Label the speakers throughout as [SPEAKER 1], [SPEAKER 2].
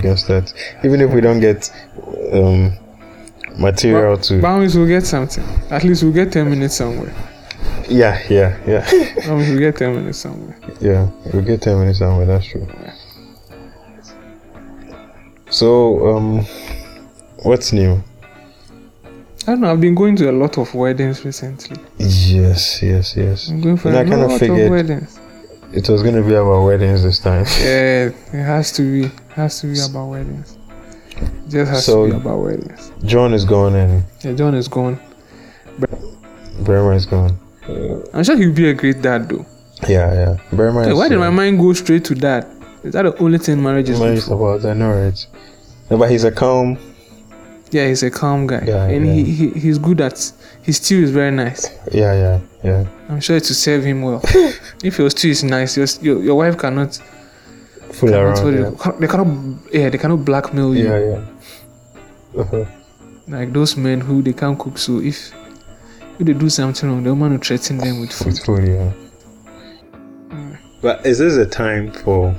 [SPEAKER 1] just that. Even if we don't get um, material to.
[SPEAKER 2] Bounce will get something. At least we'll get 10 minutes somewhere.
[SPEAKER 1] Yeah, yeah, yeah.
[SPEAKER 2] Bounce will get 10 minutes somewhere.
[SPEAKER 1] yeah, we'll get 10 minutes somewhere, that's true. So, um, what's new?
[SPEAKER 2] I don't know. I've been going to a lot of weddings recently.
[SPEAKER 1] Yes, yes, yes.
[SPEAKER 2] I'm going for
[SPEAKER 1] And I
[SPEAKER 2] a
[SPEAKER 1] kinda
[SPEAKER 2] lot of
[SPEAKER 1] figured-
[SPEAKER 2] weddings.
[SPEAKER 1] It was going to be about weddings this time.
[SPEAKER 2] Yeah, it has to be. It has to be about weddings. It just has
[SPEAKER 1] So-
[SPEAKER 2] to be about weddings.
[SPEAKER 1] John is gone and
[SPEAKER 2] Yeah, John is gone.
[SPEAKER 1] Burma is gone.
[SPEAKER 2] I'm sure he'll be a great dad though.
[SPEAKER 1] Yeah, yeah. Burma
[SPEAKER 2] Hey,
[SPEAKER 1] is.
[SPEAKER 2] why did
[SPEAKER 1] uh,
[SPEAKER 2] my mind go straight to that? Is that the only thing marriage is good
[SPEAKER 1] Marriage
[SPEAKER 2] for?
[SPEAKER 1] about? I know it. No, but he's a calm.
[SPEAKER 2] Yeah, he's a calm guy,
[SPEAKER 1] Guy,
[SPEAKER 2] and
[SPEAKER 1] yeah.
[SPEAKER 2] he, he he's good at. His stew is very nice.
[SPEAKER 1] Yeah, yeah, yeah.
[SPEAKER 2] I'm sure it will serve him well. if your stew is nice, your your, your wife cannot.
[SPEAKER 1] Fool
[SPEAKER 2] cannot
[SPEAKER 1] around.
[SPEAKER 2] what do
[SPEAKER 1] Yeah,
[SPEAKER 2] you- cannot- they cannot. Yeah, they cannot blackmail you
[SPEAKER 1] yeah. yeah. Uh-huh.
[SPEAKER 2] like those men who they can't cook. So if if they do something wrong, the woman will threaten them with food.
[SPEAKER 1] It's food, yeah. But is this a time for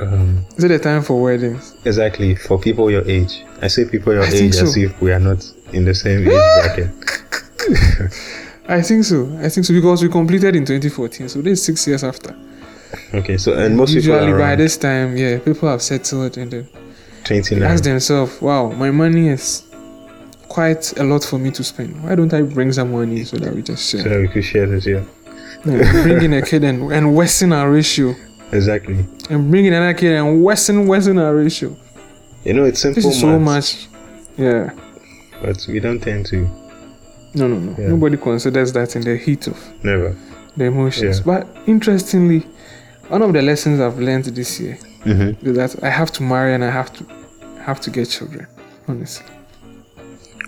[SPEAKER 1] um
[SPEAKER 2] Is it a time for weddings?
[SPEAKER 1] exactly for people your age? I say people your
[SPEAKER 2] I think
[SPEAKER 1] age as
[SPEAKER 2] so. Ah!
[SPEAKER 1] if we are not in the same age bracket.
[SPEAKER 2] I think so. I think so because we completed in 2014, so this is six years after.
[SPEAKER 1] Okay, so and most
[SPEAKER 2] Usually
[SPEAKER 1] people are
[SPEAKER 2] by
[SPEAKER 1] around
[SPEAKER 2] this time, yeah, people have settled and then
[SPEAKER 1] twenty
[SPEAKER 2] they
[SPEAKER 1] nine.
[SPEAKER 2] ask themselves, "Wow, my money is quite a lot for me to spend. Why don't I bring some money so that we just
[SPEAKER 1] So
[SPEAKER 2] share?
[SPEAKER 1] that we could share this, yeah.
[SPEAKER 2] Yeah, bring in a kid and, and worsen our ratio,
[SPEAKER 1] Exactly.
[SPEAKER 2] and bring in another kid and worsen worsen our ratio.
[SPEAKER 1] You know it's simple
[SPEAKER 2] This is so
[SPEAKER 1] maths,
[SPEAKER 2] much. Yeah,
[SPEAKER 1] but we don't tend to
[SPEAKER 2] no, no, no.
[SPEAKER 1] Yeah.
[SPEAKER 2] Nobody considers that in the heat of
[SPEAKER 1] never.
[SPEAKER 2] the emotions.
[SPEAKER 1] Yeah.
[SPEAKER 2] But interestingly, one of the lessons I've learned this year
[SPEAKER 1] Mm-hmm.
[SPEAKER 2] is that I have to marry and I have to have to get children. Honestly,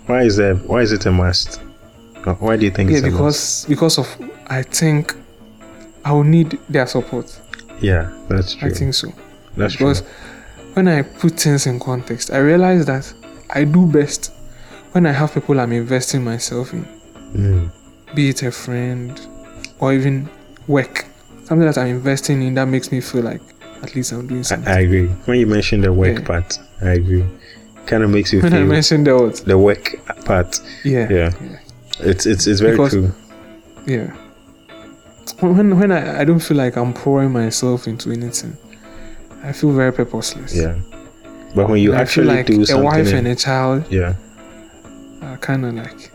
[SPEAKER 1] Why is that why is it a must? Uh, Why do you think
[SPEAKER 2] yeah,
[SPEAKER 1] it's a must?
[SPEAKER 2] because because of I think I will need their support.
[SPEAKER 1] Yeah, that's true.
[SPEAKER 2] I think so
[SPEAKER 1] that's true.
[SPEAKER 2] because when I put things in context, I realize that I do best when I have people I'm investing myself in,
[SPEAKER 1] Mm.
[SPEAKER 2] be it a friend or even work, something that I'm investing in that makes me feel like at least I'm doing something.
[SPEAKER 1] I, I agree. When you mentioned the work
[SPEAKER 2] Yeah.
[SPEAKER 1] part, I agree. Kind of makes you
[SPEAKER 2] when I
[SPEAKER 1] feel
[SPEAKER 2] mentioned the words,
[SPEAKER 1] the work part.
[SPEAKER 2] yeah.
[SPEAKER 1] Yeah, it's it's it's very
[SPEAKER 2] Because-
[SPEAKER 1] true.
[SPEAKER 2] Yeah. When when- when I, I don't feel like I'm pouring myself into anything, I feel very purposeless.
[SPEAKER 1] Yeah, but when you
[SPEAKER 2] And I feel
[SPEAKER 1] actually
[SPEAKER 2] like
[SPEAKER 1] do
[SPEAKER 2] a
[SPEAKER 1] something,
[SPEAKER 2] wife
[SPEAKER 1] in-
[SPEAKER 2] and a child
[SPEAKER 1] yeah,
[SPEAKER 2] are kind of like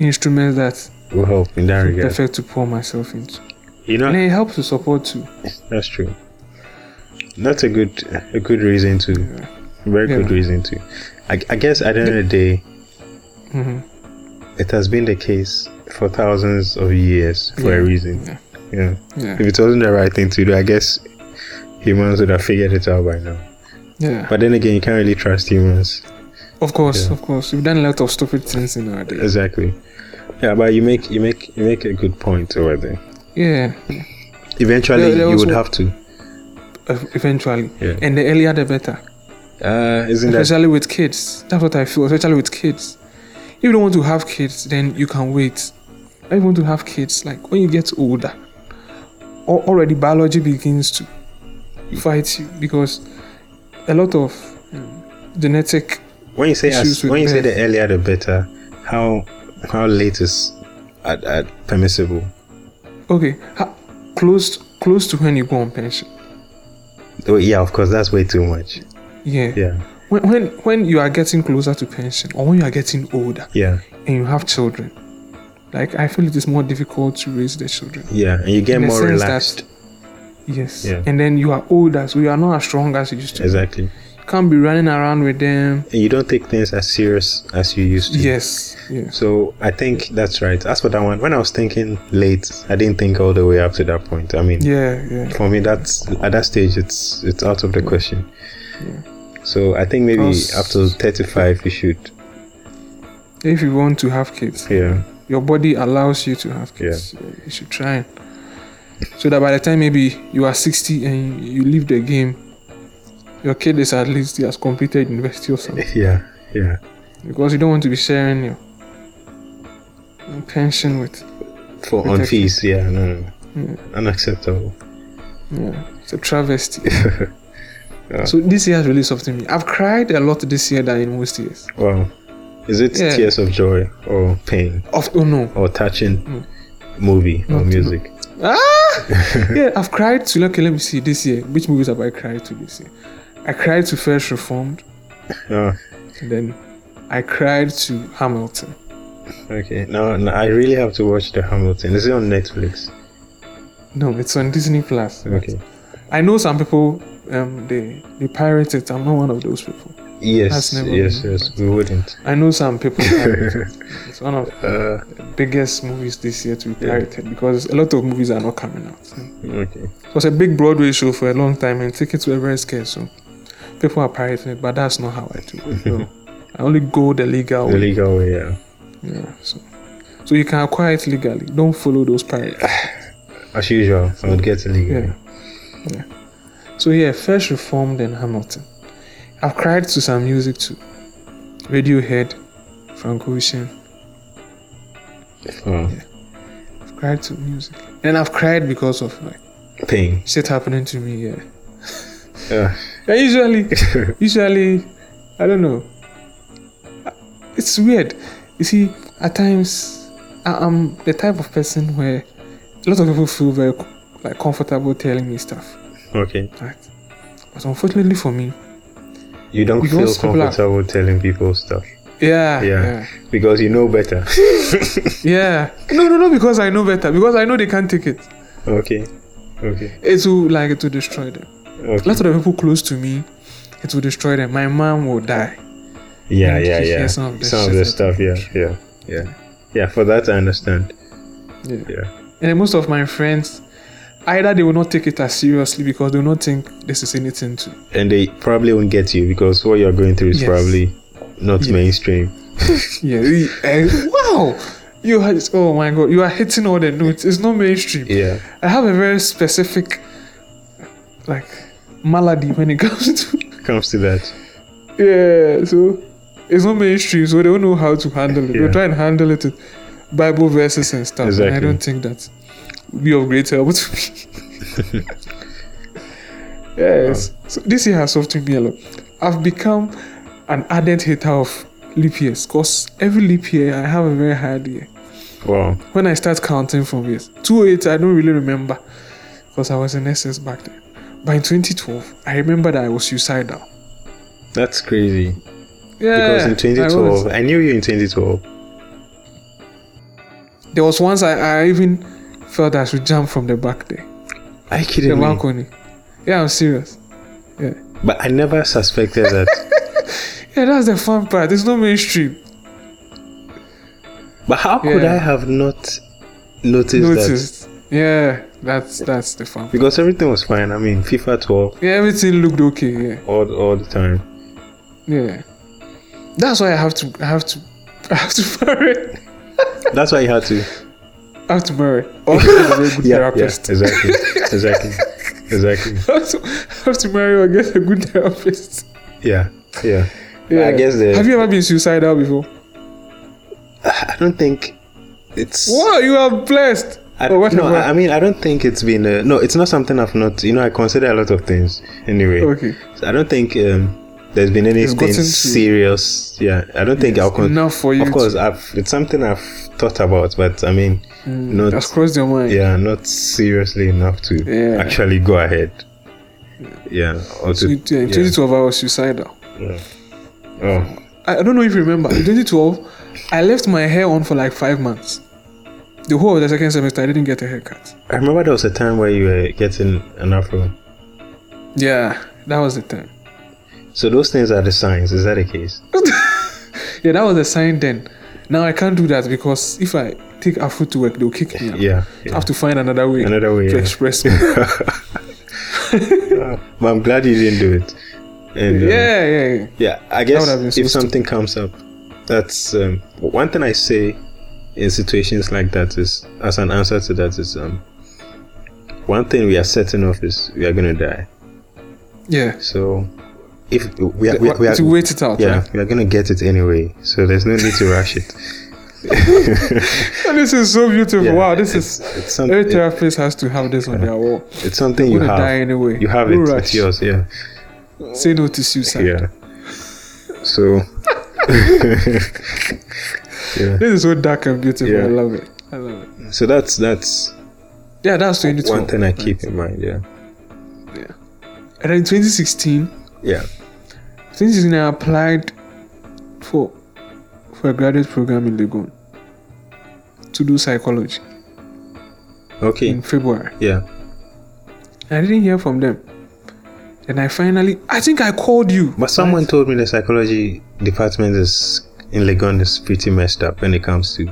[SPEAKER 2] instruments that
[SPEAKER 1] will help in that
[SPEAKER 2] feel
[SPEAKER 1] regard.
[SPEAKER 2] perfect to pour myself into,
[SPEAKER 1] You know,
[SPEAKER 2] and it helps to support too.
[SPEAKER 1] that's true. That's a good a good reason to,
[SPEAKER 2] Yeah.
[SPEAKER 1] very good
[SPEAKER 2] Yeah.
[SPEAKER 1] reason to. I, I guess at the end of the day,
[SPEAKER 2] hmm
[SPEAKER 1] it has been the case for thousands of years for a
[SPEAKER 2] Yeah.
[SPEAKER 1] reason.
[SPEAKER 2] Yeah.
[SPEAKER 1] Yeah,
[SPEAKER 2] Yeah.
[SPEAKER 1] if it wasn't the right thing to do, I guess humans would have figured it out by now.
[SPEAKER 2] Yeah.
[SPEAKER 1] But then again, you can't really trust humans.
[SPEAKER 2] Of course,
[SPEAKER 1] Yeah.
[SPEAKER 2] of course, we've done a lot of stupid things in our day.
[SPEAKER 1] Exactly. Yeah, but you make you make you make a good point over there.
[SPEAKER 2] Yeah.
[SPEAKER 1] Eventually,
[SPEAKER 2] There- there
[SPEAKER 1] you
[SPEAKER 2] was
[SPEAKER 1] would
[SPEAKER 2] one-
[SPEAKER 1] have to.
[SPEAKER 2] ev- e- Eventually,
[SPEAKER 1] Yeah.
[SPEAKER 2] and the earlier the better.
[SPEAKER 1] Uh, isn't that
[SPEAKER 2] especially with kids. That's what I feel, especially with kids. If you don't want to have kids, then you can wait. If you want to have kids, like when you get older, or already biology begins to fight you because a lot of um, genetic
[SPEAKER 1] when you say as,
[SPEAKER 2] issues with
[SPEAKER 1] when you say
[SPEAKER 2] birth?
[SPEAKER 1] the earlier the better? How how late is at, at permissible?
[SPEAKER 2] okay ha, close close to when you go on pension.
[SPEAKER 1] Oh, yeah, of course, that's way too much.
[SPEAKER 2] Yeah.
[SPEAKER 1] Yeah,
[SPEAKER 2] When, when when you are getting closer to pension, or when you are getting older
[SPEAKER 1] yeah,
[SPEAKER 2] and you have children, like I feel it is more difficult to raise the children.
[SPEAKER 1] yeah, and you get
[SPEAKER 2] In the
[SPEAKER 1] more
[SPEAKER 2] sense that-
[SPEAKER 1] relaxed.
[SPEAKER 2] Yes.
[SPEAKER 1] Yeah.
[SPEAKER 2] And then you are older, so you are not as strong as you used to. be.
[SPEAKER 1] Exactly,
[SPEAKER 2] Can't be running around with them.
[SPEAKER 1] and you don't take things as serious as you used to.
[SPEAKER 2] Yes. Yes.
[SPEAKER 1] So I think that's right. As for that one, when I was thinking late, I didn't think all the way up to that point. I mean,
[SPEAKER 2] Yeah. Yeah.
[SPEAKER 1] for me that's at that stage it's it's out of the question so i think maybe
[SPEAKER 2] Because-
[SPEAKER 1] up to 35 you should
[SPEAKER 2] If you want to have kids,
[SPEAKER 1] yeah
[SPEAKER 2] your body allows you to have kids. Yeah. You should try. it. So that by the time maybe you are 60 and you leave the game, your kid is at least he has completed university or something.
[SPEAKER 1] yeah yeah
[SPEAKER 2] Because you don't want to be sharing your, your pension with.
[SPEAKER 1] for on
[SPEAKER 2] Protection.
[SPEAKER 1] fees yeah no no no.
[SPEAKER 2] Yeah.
[SPEAKER 1] unacceptable
[SPEAKER 2] Yeah. It's a travesty.
[SPEAKER 1] Yeah.
[SPEAKER 2] So this year has really softened me. I've cried a lot this year than in most years.
[SPEAKER 1] Wow. Is it
[SPEAKER 2] Yeah.
[SPEAKER 1] tears of joy or pain
[SPEAKER 2] Of oh no.
[SPEAKER 1] or touching movie or
[SPEAKER 2] Mm. Not-
[SPEAKER 1] music?
[SPEAKER 2] Ah! yeah, I've cried to okay, let me see this year. Which movies have I cried to this year? I cried to First Reformed,
[SPEAKER 1] Oh,
[SPEAKER 2] and then I cried to Hamilton.
[SPEAKER 1] okay. No, no, I really have to watch The Hamilton. Is it on Netflix?
[SPEAKER 2] No, it's on Disney Plus.
[SPEAKER 1] Okay.
[SPEAKER 2] I know some people um they they pirate it. I'm not one of those people.
[SPEAKER 1] Yes,
[SPEAKER 2] That's never
[SPEAKER 1] yes,
[SPEAKER 2] been-
[SPEAKER 1] yes. We wouldn't.
[SPEAKER 2] I know some people pirate it. It's one of
[SPEAKER 1] Uh,
[SPEAKER 2] the biggest movies this year to be pirated because a lot of movies are not coming out.
[SPEAKER 1] okay.
[SPEAKER 2] It was a big Broadway show for a long time and tickets were very scarce, so people are pirating it, but that's not how I do it. No. I only go the legal
[SPEAKER 1] The
[SPEAKER 2] way.
[SPEAKER 1] legal way, yeah.
[SPEAKER 2] Yeah, so so you can acquire it legally. Don't follow those pirates.
[SPEAKER 1] As usual, I would get illegal.
[SPEAKER 2] Yeah. Yeah. So yeah, first reformed and Hamilton. I've cried to some music too. Radiohead, Frank Ocean.
[SPEAKER 1] Oh,
[SPEAKER 2] I've cried to music. And I've cried because of like
[SPEAKER 1] pain.
[SPEAKER 2] shit happening to me, yeah.
[SPEAKER 1] Yeah.
[SPEAKER 2] And usually usually i don't know it's weird you see at times I- i'm the type of person where a lot of people feel very co- like comfortable telling me stuff
[SPEAKER 1] okay.
[SPEAKER 2] right but unfortunately for me
[SPEAKER 1] You don't
[SPEAKER 2] Because
[SPEAKER 1] feel
[SPEAKER 2] people are-
[SPEAKER 1] comfortable telling people stuff
[SPEAKER 2] yeah
[SPEAKER 1] Yeah.
[SPEAKER 2] yeah
[SPEAKER 1] because you know better.
[SPEAKER 2] yeah, no no no because i know better because i know they can't take it
[SPEAKER 1] okay. Okay.
[SPEAKER 2] it will like it will destroy them a
[SPEAKER 1] Okay.
[SPEAKER 2] lot of the people close to me it will destroy them my mom will die
[SPEAKER 1] Yeah,
[SPEAKER 2] Like,
[SPEAKER 1] yeah,
[SPEAKER 2] you hear
[SPEAKER 1] yeah.
[SPEAKER 2] some of the
[SPEAKER 1] Some of
[SPEAKER 2] shit
[SPEAKER 1] the
[SPEAKER 2] that
[SPEAKER 1] stuff, yeah, yeah, yeah. Yeah, for that I understand.
[SPEAKER 2] yeah
[SPEAKER 1] Yeah.
[SPEAKER 2] And then most of my friends, either they will not take it as seriously because they will not think this is anything to.
[SPEAKER 1] And they probably won't get you because what you're going through is
[SPEAKER 2] Yes.
[SPEAKER 1] probably not
[SPEAKER 2] Yes.
[SPEAKER 1] mainstream.
[SPEAKER 2] Yeah. we- eh, wow. You are, oh my god, you are hitting all the notes. It's not mainstream.
[SPEAKER 1] Yeah.
[SPEAKER 2] I have a very specific, like, malady when it comes to.
[SPEAKER 1] Comes to that.
[SPEAKER 2] Yeah. So it's not mainstream, so they don't know how to handle it.
[SPEAKER 1] Yeah.
[SPEAKER 2] They'll try and handle it with Bible verses and stuff. And
[SPEAKER 1] Exactly.
[SPEAKER 2] I don't think that would be of great help to me. yes. So this year has softened me a lot. I've become an ardent hater of leap years because every leap year I have a very hard year.
[SPEAKER 1] Wow.
[SPEAKER 2] When I start counting from years, 208, I don't really remember because I was in SS back then. But in 2012, I remember that I was suicidal.
[SPEAKER 1] That's crazy.
[SPEAKER 2] Yeah,
[SPEAKER 1] because in
[SPEAKER 2] I was.
[SPEAKER 1] 2012, I, knew you in 2012.
[SPEAKER 2] There was once I, I even felt I should jump from the back there,
[SPEAKER 1] Are you
[SPEAKER 2] the
[SPEAKER 1] kidding me?
[SPEAKER 2] balcony. Yeah, I'm serious.
[SPEAKER 1] But I never suspected that.
[SPEAKER 2] Yeah, that's the fun part. It's not mainstream.
[SPEAKER 1] but how could
[SPEAKER 2] Yeah.
[SPEAKER 1] I have not noticed, that?
[SPEAKER 2] Noticed. Yeah, that's that's the fun. Part.
[SPEAKER 1] Because everything was fine. I mean, FIFA 12
[SPEAKER 2] Yeah, everything looked okay. Yeah,
[SPEAKER 1] all, all the time.
[SPEAKER 2] yeah. That's why I have to, I have to, I have to marry.
[SPEAKER 1] That's why you had to.
[SPEAKER 2] I have to marry. Or get a very
[SPEAKER 1] Yeah,
[SPEAKER 2] good
[SPEAKER 1] yeah
[SPEAKER 2] therapist.
[SPEAKER 1] exactly. exactly. Exactly.
[SPEAKER 2] I have to, I have to marry or get a good therapist.
[SPEAKER 1] Yeah. Yeah.
[SPEAKER 2] Yeah.
[SPEAKER 1] I guess uh, the-
[SPEAKER 2] Have you ever been suicidal before?
[SPEAKER 1] I don't think it's.
[SPEAKER 2] Wow, you are blessed.
[SPEAKER 1] I,
[SPEAKER 2] Or what
[SPEAKER 1] no,
[SPEAKER 2] about-
[SPEAKER 1] I I mean, I don't think it's been. Uh, no, it's not something I've not. You know, I consider a lot of things anyway.
[SPEAKER 2] Okay.
[SPEAKER 1] So I don't think um, there's been anything
[SPEAKER 2] gotten to-
[SPEAKER 1] serious. Yeah, I don't think I'll. Con-
[SPEAKER 2] enough for you.
[SPEAKER 1] of
[SPEAKER 2] to-
[SPEAKER 1] course, I've, it's something I've thought about, but I mean, not
[SPEAKER 2] that's crossed your mind.
[SPEAKER 1] yeah, not seriously enough to
[SPEAKER 2] Yeah.
[SPEAKER 1] actually go ahead. Yeah, or
[SPEAKER 2] So
[SPEAKER 1] to,
[SPEAKER 2] it- yeah, in 2012, I was suicidal.
[SPEAKER 1] yeah. Oh,
[SPEAKER 2] I, I don't know if you remember. In 2012, I left my hair on for like five months. The whole of the second semester, I didn't get a haircut.
[SPEAKER 1] I remember there was a time where you were getting an afro.
[SPEAKER 2] Yeah, that was the time.
[SPEAKER 1] So those things are the signs. Is that the case?
[SPEAKER 2] Yeah, that was a sign then. Now I can't do that because if I take Afro to work, they'll kick me out.
[SPEAKER 1] Yeah.
[SPEAKER 2] I
[SPEAKER 1] yeah.
[SPEAKER 2] have to find another way
[SPEAKER 1] Another way.
[SPEAKER 2] to
[SPEAKER 1] Yeah.
[SPEAKER 2] express me.
[SPEAKER 1] But I'm glad you didn't do it. And, um,
[SPEAKER 2] yeah, yeah, yeah.
[SPEAKER 1] Yeah, I
[SPEAKER 2] would
[SPEAKER 1] guess
[SPEAKER 2] have been so
[SPEAKER 1] if something comes up, that's um, one thing I say in situations like that is as an answer to that is um, one thing we are setting off is we are gonna die.
[SPEAKER 2] Yeah.
[SPEAKER 1] So if we are, we, are- we are
[SPEAKER 2] to wait it out.
[SPEAKER 1] yeah
[SPEAKER 2] right?
[SPEAKER 1] we are gonna get it anyway, so there's no need to rush it.
[SPEAKER 2] Oh, this is so beautiful.
[SPEAKER 1] Yeah,
[SPEAKER 2] wow, this is.
[SPEAKER 1] It's, some,
[SPEAKER 2] Every
[SPEAKER 1] it,
[SPEAKER 2] therapist has to have this on their wall.
[SPEAKER 1] it's something you
[SPEAKER 2] You're gonna
[SPEAKER 1] have.
[SPEAKER 2] die anyway.
[SPEAKER 1] You have it.
[SPEAKER 2] No rush.
[SPEAKER 1] It's yours. Yeah.
[SPEAKER 2] Say no to suicide.
[SPEAKER 1] Yeah. So. yeah.
[SPEAKER 2] This is so dark and beautiful.
[SPEAKER 1] Yeah.
[SPEAKER 2] I love it. I love it.
[SPEAKER 1] So that's that's
[SPEAKER 2] Yeah, that's 2012.
[SPEAKER 1] one thing I keep in mind. Yeah.
[SPEAKER 2] And then 2016,
[SPEAKER 1] Yeah.
[SPEAKER 2] 2016 I applied for for a graduate program in Legon to do psychology in Mm.
[SPEAKER 1] Okay.
[SPEAKER 2] February.
[SPEAKER 1] Yeah.
[SPEAKER 2] I didn't hear from them. Then I finally, I think I called you.
[SPEAKER 1] But someone told me the psychology department is in Legon is pretty messed up when it comes to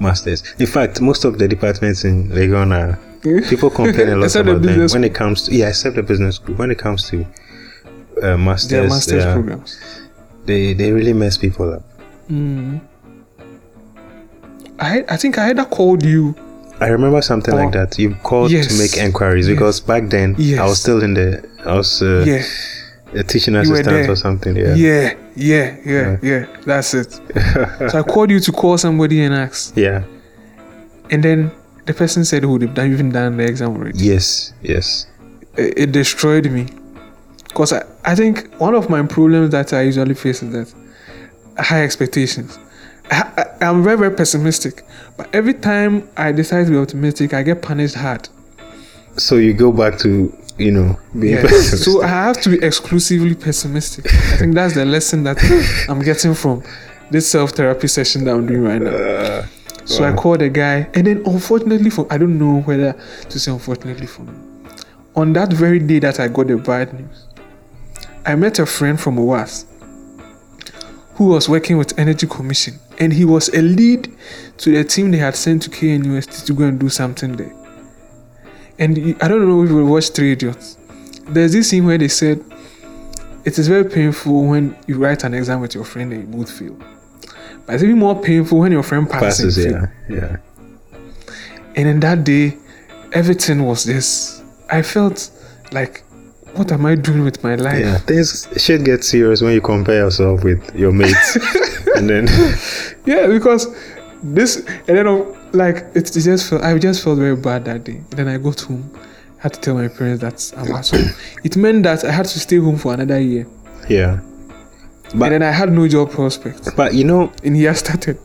[SPEAKER 1] masters. In fact, most of the departments in Legon are people complain a lot
[SPEAKER 2] Except the
[SPEAKER 1] about them
[SPEAKER 2] business
[SPEAKER 1] when it comes to yeah, except the business school. When it comes to uh, masters,
[SPEAKER 2] their master's
[SPEAKER 1] they, are-
[SPEAKER 2] programs.
[SPEAKER 1] they they really mess people up.
[SPEAKER 2] Mm. I I think I either called you.
[SPEAKER 1] I remember something like that. You called
[SPEAKER 2] Oh, Yes.
[SPEAKER 1] to make enquiries because back then I
[SPEAKER 2] Yes.
[SPEAKER 1] was still in the I was uh,
[SPEAKER 2] Yeah,
[SPEAKER 1] a teaching
[SPEAKER 2] were
[SPEAKER 1] assistant
[SPEAKER 2] there.
[SPEAKER 1] or something.
[SPEAKER 2] yeah,
[SPEAKER 1] Yeah.
[SPEAKER 2] yeah, yeah, yeah. That's it. so I called you to call somebody and ask,
[SPEAKER 1] yeah.
[SPEAKER 2] and then the person said, "Oh, they've done, even done the exam already."
[SPEAKER 1] Yes. Yes.
[SPEAKER 2] it, it destroyed me because I, I think one of my problems that I usually face is that high expectations. I, I, I'm very, very pessimistic, but every time I decide to be optimistic, I get punished hard.
[SPEAKER 1] So you go back to you know being
[SPEAKER 2] Yeah.
[SPEAKER 1] pessimistic.
[SPEAKER 2] so I have to be exclusively pessimistic. I think that's the lesson that I'm getting from this self therapy session that I'm doing right now.
[SPEAKER 1] Uh,
[SPEAKER 2] So I called the guy, and then unfortunately for I don't know whether to say unfortunately for me. On that very day that I got the bad news, I met a friend from OWAS who was working with Energy Commission, and he was a lead to the team they had sent to KNUST to go and do something there. And you- I don't know if you watched Three Idiots. There's this scene where they said it is very painful when you write an exam with your friend and you both fail. But it's even more painful when your friend passes,
[SPEAKER 1] passes,
[SPEAKER 2] and fail.
[SPEAKER 1] yeah, yeah.
[SPEAKER 2] And in that day, everything was this. I felt like, what am I doing with my life?
[SPEAKER 1] Yeah, things shit gets serious when you compare yourself with your mates, and then
[SPEAKER 2] Yeah, because this, and then I'm, like it it just felt I just felt very bad that day. Then I got home, had to tell my parents that I'm at home. It meant that I had to stay home for another year,
[SPEAKER 1] yeah. But-
[SPEAKER 2] and then I had no job prospects.
[SPEAKER 1] But you know,
[SPEAKER 2] And he had started.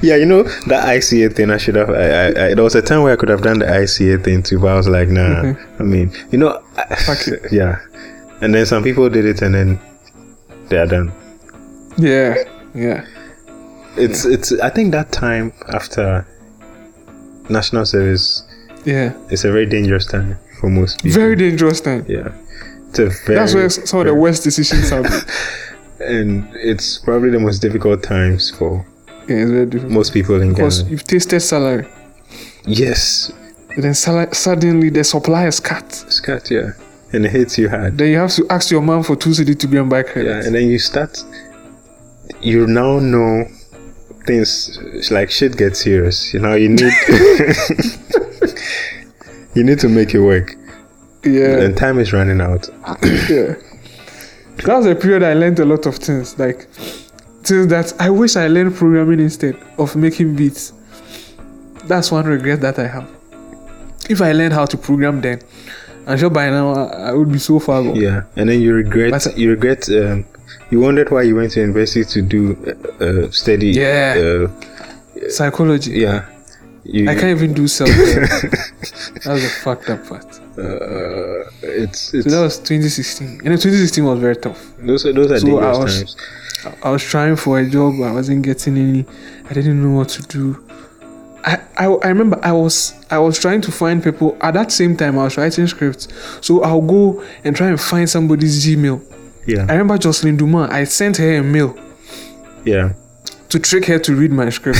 [SPEAKER 1] yeah, you know that ICA thing. I should have. I, I, I, there was a time where I could have done the ICA thing too, but I was like, nah.
[SPEAKER 2] Okay.
[SPEAKER 1] I mean, you know, I-
[SPEAKER 2] Mm-hmm. Fuck it.
[SPEAKER 1] yeah. And then some people did it, and then they are done.
[SPEAKER 2] Yeah, yeah,
[SPEAKER 1] It's it's. I think that time after national service
[SPEAKER 2] yeah.
[SPEAKER 1] is a very dangerous time for most people.
[SPEAKER 2] Very dangerous time.
[SPEAKER 1] yeah. It's a very,
[SPEAKER 2] That's where some of the worst decisions are. made.
[SPEAKER 1] and it's probably the most difficult times for
[SPEAKER 2] Yeah, it's very difficult.
[SPEAKER 1] most people in
[SPEAKER 2] Because
[SPEAKER 1] Ghana.
[SPEAKER 2] you've tasted salary,
[SPEAKER 1] Yes,
[SPEAKER 2] and then sal- suddenly the supply is cut.
[SPEAKER 1] scat, yeah, and it hits you hard.
[SPEAKER 2] Then you have to ask your mom for two CD to be on back
[SPEAKER 1] Yeah,
[SPEAKER 2] credit.
[SPEAKER 1] and then you start. You now know things it's like shit gets serious. You know, you need you need to make it work,
[SPEAKER 2] Yeah,
[SPEAKER 1] and time is running out.
[SPEAKER 2] yeah. That was a period I learned a lot of things, like things that I wish I learned programming instead of making beats. That's one regret that I have. If I learned how to program then, I'm sure by now I I would be so far gone.
[SPEAKER 1] Yeah, and then you regret
[SPEAKER 2] But-
[SPEAKER 1] you regret. Um, you wondered why you went to university to do uh, uh, study.
[SPEAKER 2] Yeah.
[SPEAKER 1] uh,
[SPEAKER 2] Psychology.
[SPEAKER 1] yeah. You,
[SPEAKER 2] I can't even do self. That's the fucked up part. So
[SPEAKER 1] Uh, it's it's
[SPEAKER 2] that was 2016, and then 2016 was very tough.
[SPEAKER 1] those are those are
[SPEAKER 2] So
[SPEAKER 1] dangerous
[SPEAKER 2] I was-
[SPEAKER 1] times.
[SPEAKER 2] I was trying for a job, but I wasn't getting any. I didn't know what to do. I, I, I remember I was I was trying to find people at that same time I was writing scripts. So I'll go and try and find somebody's Gmail.
[SPEAKER 1] Yeah,
[SPEAKER 2] I remember Jocelyn Dumas, I sent her a mail
[SPEAKER 1] yeah,
[SPEAKER 2] to trick her to read my script.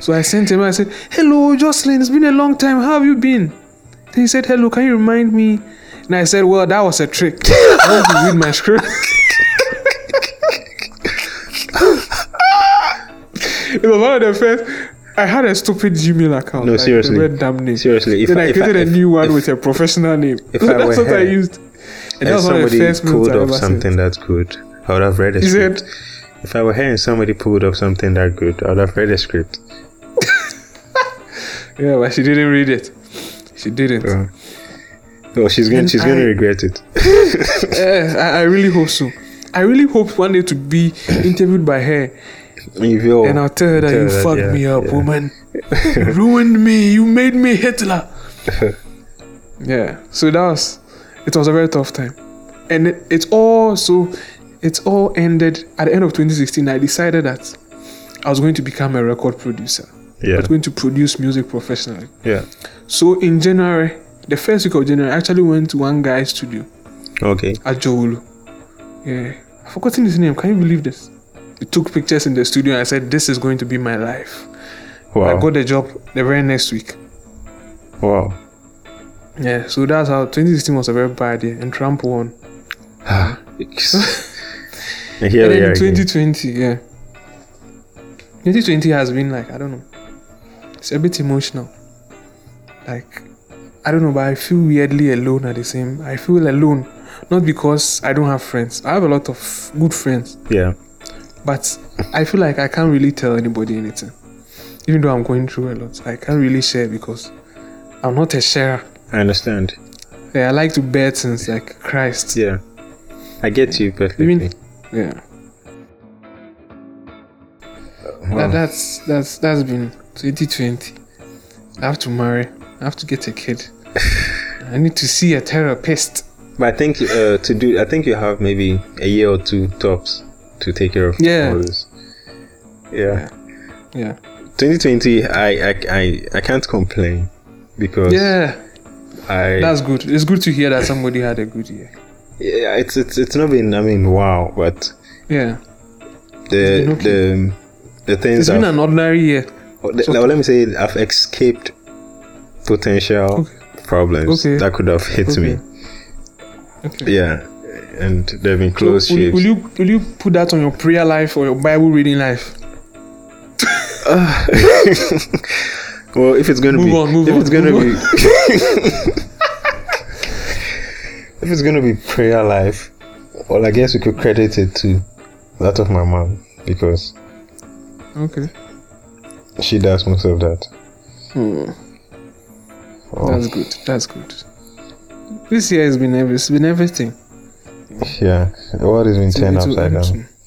[SPEAKER 2] so I sent him, I said, Hello, Jocelyn, it's been a long time. How have you been? Then he said, Hello, can you remind me? And I said, Well, that was a trick. I want to read my script. it was one of the first. I had a stupid Gmail account.
[SPEAKER 1] No,
[SPEAKER 2] like, a
[SPEAKER 1] seriously.
[SPEAKER 2] very dumb name.
[SPEAKER 1] seriously. If
[SPEAKER 2] then
[SPEAKER 1] I,
[SPEAKER 2] I
[SPEAKER 1] if I-
[SPEAKER 2] created a
[SPEAKER 1] if-
[SPEAKER 2] new one
[SPEAKER 1] if-
[SPEAKER 2] with a professional name.
[SPEAKER 1] if
[SPEAKER 2] So
[SPEAKER 1] I
[SPEAKER 2] that's
[SPEAKER 1] were
[SPEAKER 2] what I
[SPEAKER 1] her,
[SPEAKER 2] used. And that
[SPEAKER 1] if
[SPEAKER 2] was one of the
[SPEAKER 1] somebody
[SPEAKER 2] first mails
[SPEAKER 1] pulled
[SPEAKER 2] I
[SPEAKER 1] up
[SPEAKER 2] ever sent.
[SPEAKER 1] something that good, I would have read a
[SPEAKER 2] He
[SPEAKER 1] script.
[SPEAKER 2] said,
[SPEAKER 1] If I were here and somebody pulled up something that good, I would have read a script.
[SPEAKER 2] Yeah, but she didn't read it. She didn't.
[SPEAKER 1] Uh, Oh, she's going.
[SPEAKER 2] And
[SPEAKER 1] She's
[SPEAKER 2] I-
[SPEAKER 1] going to regret it.
[SPEAKER 2] Yes, Eh, I, I really hope so. I really hope one day to be interviewed by her
[SPEAKER 1] If you're-
[SPEAKER 2] and I'll tell her that
[SPEAKER 1] Oh, tell
[SPEAKER 2] you
[SPEAKER 1] her that,
[SPEAKER 2] fucked
[SPEAKER 1] yeah,
[SPEAKER 2] me up,
[SPEAKER 1] yeah.
[SPEAKER 2] woman. you ruined me. You made me Hitler. yeah. So that was. It was a very tough time, and it, it's all so. It's all ended at the end of 2016. I decided that I was going to become a record producer. I
[SPEAKER 1] yeah,
[SPEAKER 2] was going to produce music professionally.
[SPEAKER 1] yeah.
[SPEAKER 2] So in January, the first week of January, I actually went to one guy's studio
[SPEAKER 1] Okay.
[SPEAKER 2] at Joulu. Yeah. I've forgotten his name. Can you believe this? We took pictures in the studio and I said, This is going to be my life.
[SPEAKER 1] Wow.
[SPEAKER 2] I got the job the very next week.
[SPEAKER 1] Wow.
[SPEAKER 2] Yeah, so that's how 2016 was a very bad year and Trump won.
[SPEAKER 1] It's- and here
[SPEAKER 2] and
[SPEAKER 1] we
[SPEAKER 2] then
[SPEAKER 1] are
[SPEAKER 2] in
[SPEAKER 1] again.
[SPEAKER 2] 2020, yeah. 2020 has been like, I don't know. It's a bit emotional. Like, I don't know, but I feel weirdly alone at the same. I feel alone, not because I don't have friends. I have a lot of good friends,
[SPEAKER 1] Yeah.
[SPEAKER 2] but I feel like I can't really tell anybody anything. Even though I'm going through a lot, I can't really share because I'm not a sharer.
[SPEAKER 1] I understand.
[SPEAKER 2] Yeah, I like to bear things like Christ.
[SPEAKER 1] Yeah. I get you perfectly.
[SPEAKER 2] You mean- yeah.
[SPEAKER 1] Wow.
[SPEAKER 2] That, that's that's that's been 2020. I have to marry. I have to get a kid. I need to see a therapist.
[SPEAKER 1] But I think uh, to do, I think you have maybe a year or two tops to take care of
[SPEAKER 2] Yeah.
[SPEAKER 1] all this. Yeah.
[SPEAKER 2] Yeah.
[SPEAKER 1] 2020, I, I, I, I can't complain because
[SPEAKER 2] Yeah,
[SPEAKER 1] I,
[SPEAKER 2] that's good. It's good to hear that somebody had a good year.
[SPEAKER 1] yeah, it's, it's, it's not been, I mean, wow, but
[SPEAKER 2] Yeah.
[SPEAKER 1] the,
[SPEAKER 2] been okay.
[SPEAKER 1] the, the
[SPEAKER 2] It's
[SPEAKER 1] things
[SPEAKER 2] been
[SPEAKER 1] I've,
[SPEAKER 2] an ordinary year.
[SPEAKER 1] oh, the- now let me say, I've escaped potential
[SPEAKER 2] Okay.
[SPEAKER 1] problems
[SPEAKER 2] Okay.
[SPEAKER 1] that could have hit
[SPEAKER 2] Okay.
[SPEAKER 1] me.
[SPEAKER 2] Okay.
[SPEAKER 1] Yeah. And they've been
[SPEAKER 2] So
[SPEAKER 1] close
[SPEAKER 2] will,
[SPEAKER 1] shaves.
[SPEAKER 2] will you will you put that on your prayer life or your Bible reading life?
[SPEAKER 1] Well, if it's gonna
[SPEAKER 2] Move
[SPEAKER 1] be,
[SPEAKER 2] on, move
[SPEAKER 1] if
[SPEAKER 2] on,
[SPEAKER 1] it's gonna
[SPEAKER 2] move
[SPEAKER 1] be, if it's gonna be prayer life, well, I guess we could credit it to that of my mom because
[SPEAKER 2] Okay.
[SPEAKER 1] she does most of that. Hmm.
[SPEAKER 2] That's good. That's good. This year has been every, it's been everything.
[SPEAKER 1] Yeah, the world has been
[SPEAKER 2] It's been
[SPEAKER 1] turned
[SPEAKER 2] little
[SPEAKER 1] upside down.
[SPEAKER 2] empty.